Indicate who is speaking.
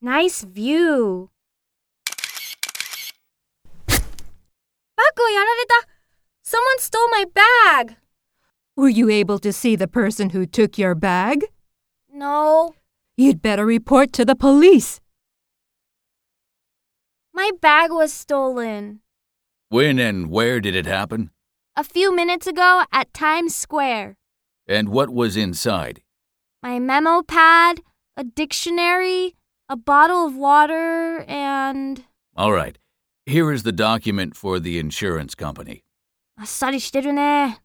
Speaker 1: Nice view. バッグをやられた Someone stole my bag!
Speaker 2: Were you able to see the person who took your bag?
Speaker 1: No,
Speaker 2: You'd better report to the police.
Speaker 1: my bag was stolen.
Speaker 3: When and where did it happen?
Speaker 1: A few minutes ago at Times Square.
Speaker 3: And what was inside?
Speaker 1: My memo pad, a dictionary, a bottle of water, and.
Speaker 3: All right. Here is the document for the insurance company.
Speaker 1: あっさりしてるね。